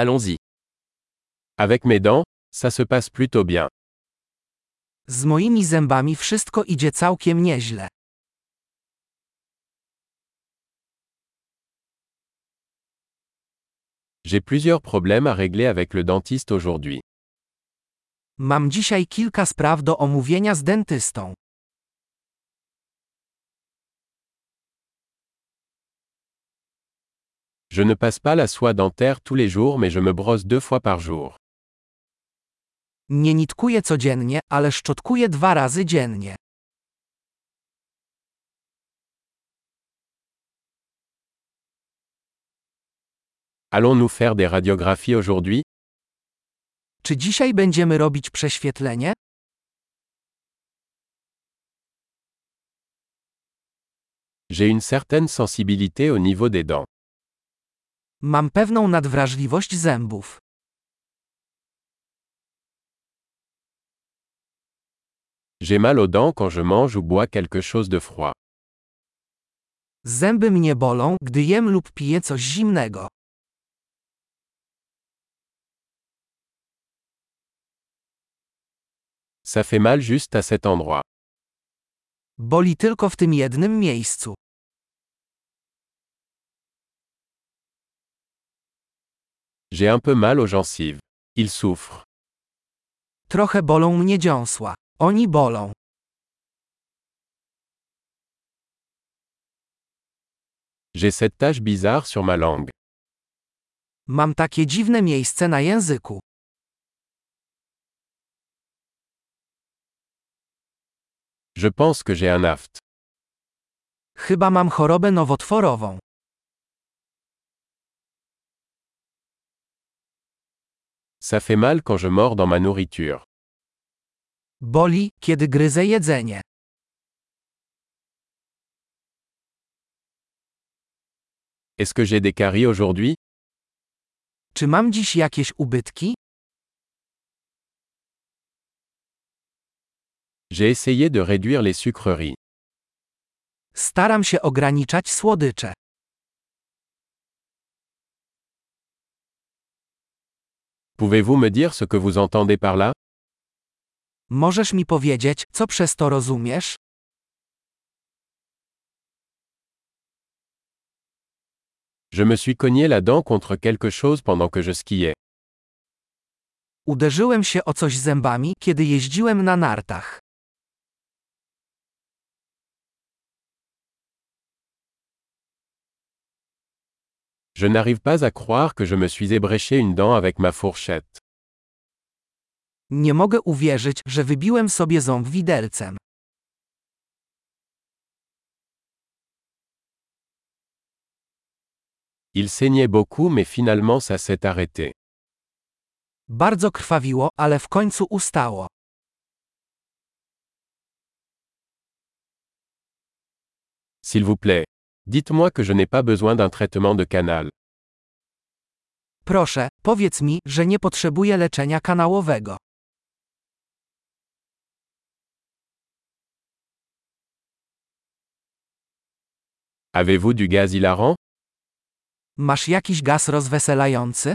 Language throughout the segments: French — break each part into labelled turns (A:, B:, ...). A: Allons-y. Avec mes dents, ça se passe plutôt bien.
B: Z moimi zębami wszystko idzie całkiem nieźle.
A: J'ai plusieurs problèmes à régler avec le dentiste aujourd'hui.
B: Mam dzisiaj kilka spraw do omówienia z dentystą.
A: Je ne passe pas la soie dentaire tous les jours mais je me brosse deux fois par jour.
B: Nie nitkuję codziennie, ale szczotkuję dwa razy dziennie.
A: Allons-nous faire des radiographies aujourd'hui
B: Czy dzisiaj będziemy robić prześwietlenie?
A: J'ai une certaine sensibilité au niveau des dents.
B: Mam pewną nadwrażliwość zębów.
A: J'ai mal aux dents quand je mange ou bois quelque chose de froid.
B: Zęby mnie bolą, gdy jem lub piję coś zimnego.
A: Ça fait mal juste à cet endroit.
B: Boli tylko w tym jednym miejscu.
A: J'ai un peu mal aux gencives. Ils souffrent.
B: Trochę bolą mnie dziąsła. Oni bolą.
A: J'ai cette tache bizarre sur ma langue.
B: Mam takie dziwne miejsce na języku.
A: Je pense que j'ai un aft.
B: Chyba mam chorobę nowotworową.
A: Ça fait mal quand je mords dans ma nourriture.
B: Boli, kiedy gryzę jedzenie.
A: Est-ce que j'ai des caries aujourd'hui
B: Czy mam dziś jakieś ubytki?
A: J'ai essayé de réduire les sucreries.
B: Staram się ograniczać słodycze.
A: Pouvez-vous me dire ce que vous entendez par là
B: Możesz mi powiedzieć, co przez to rozumiesz?
A: Je me suis cogné la dent contre quelque chose pendant que je skiais.
B: Uderzyłem się o coś zębami, kiedy jeździłem na nartach.
A: Je n'arrive pas à croire que je me suis ébréché une dent avec ma fourchette.
B: Nie mogę uwierzyć, że wybiłem sobie ząb widelcem.
A: Il saignait beaucoup mais finalement ça s'est arrêté.
B: Bardzo krwawiło, ale w końcu ustało.
A: S'il vous plaît, dites-moi que je n'ai pas besoin d'un traitement de canal.
B: Proszę, powiedz mi, że nie potrzebuję leczenia kanałowego.
A: Avez-vous du gaz hilarant
B: Masz jakiś gaz rozweselający?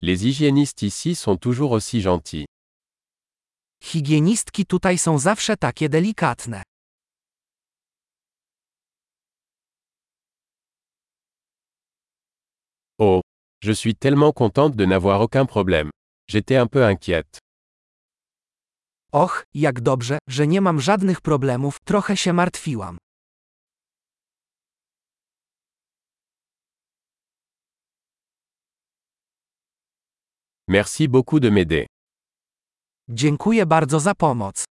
A: Les hygiénistes ici sont toujours aussi gentils.
B: Higienistki tutaj są zawsze takie delikatne.
A: Oh, je suis tellement contente de n'avoir aucun problème. J'étais un peu inquiète.
B: Och, jak dobrze, że nie mam żadnych problemów, trochę się martwiłam.
A: Merci beaucoup de m'aider.
B: Dziękuję bardzo za pomoc.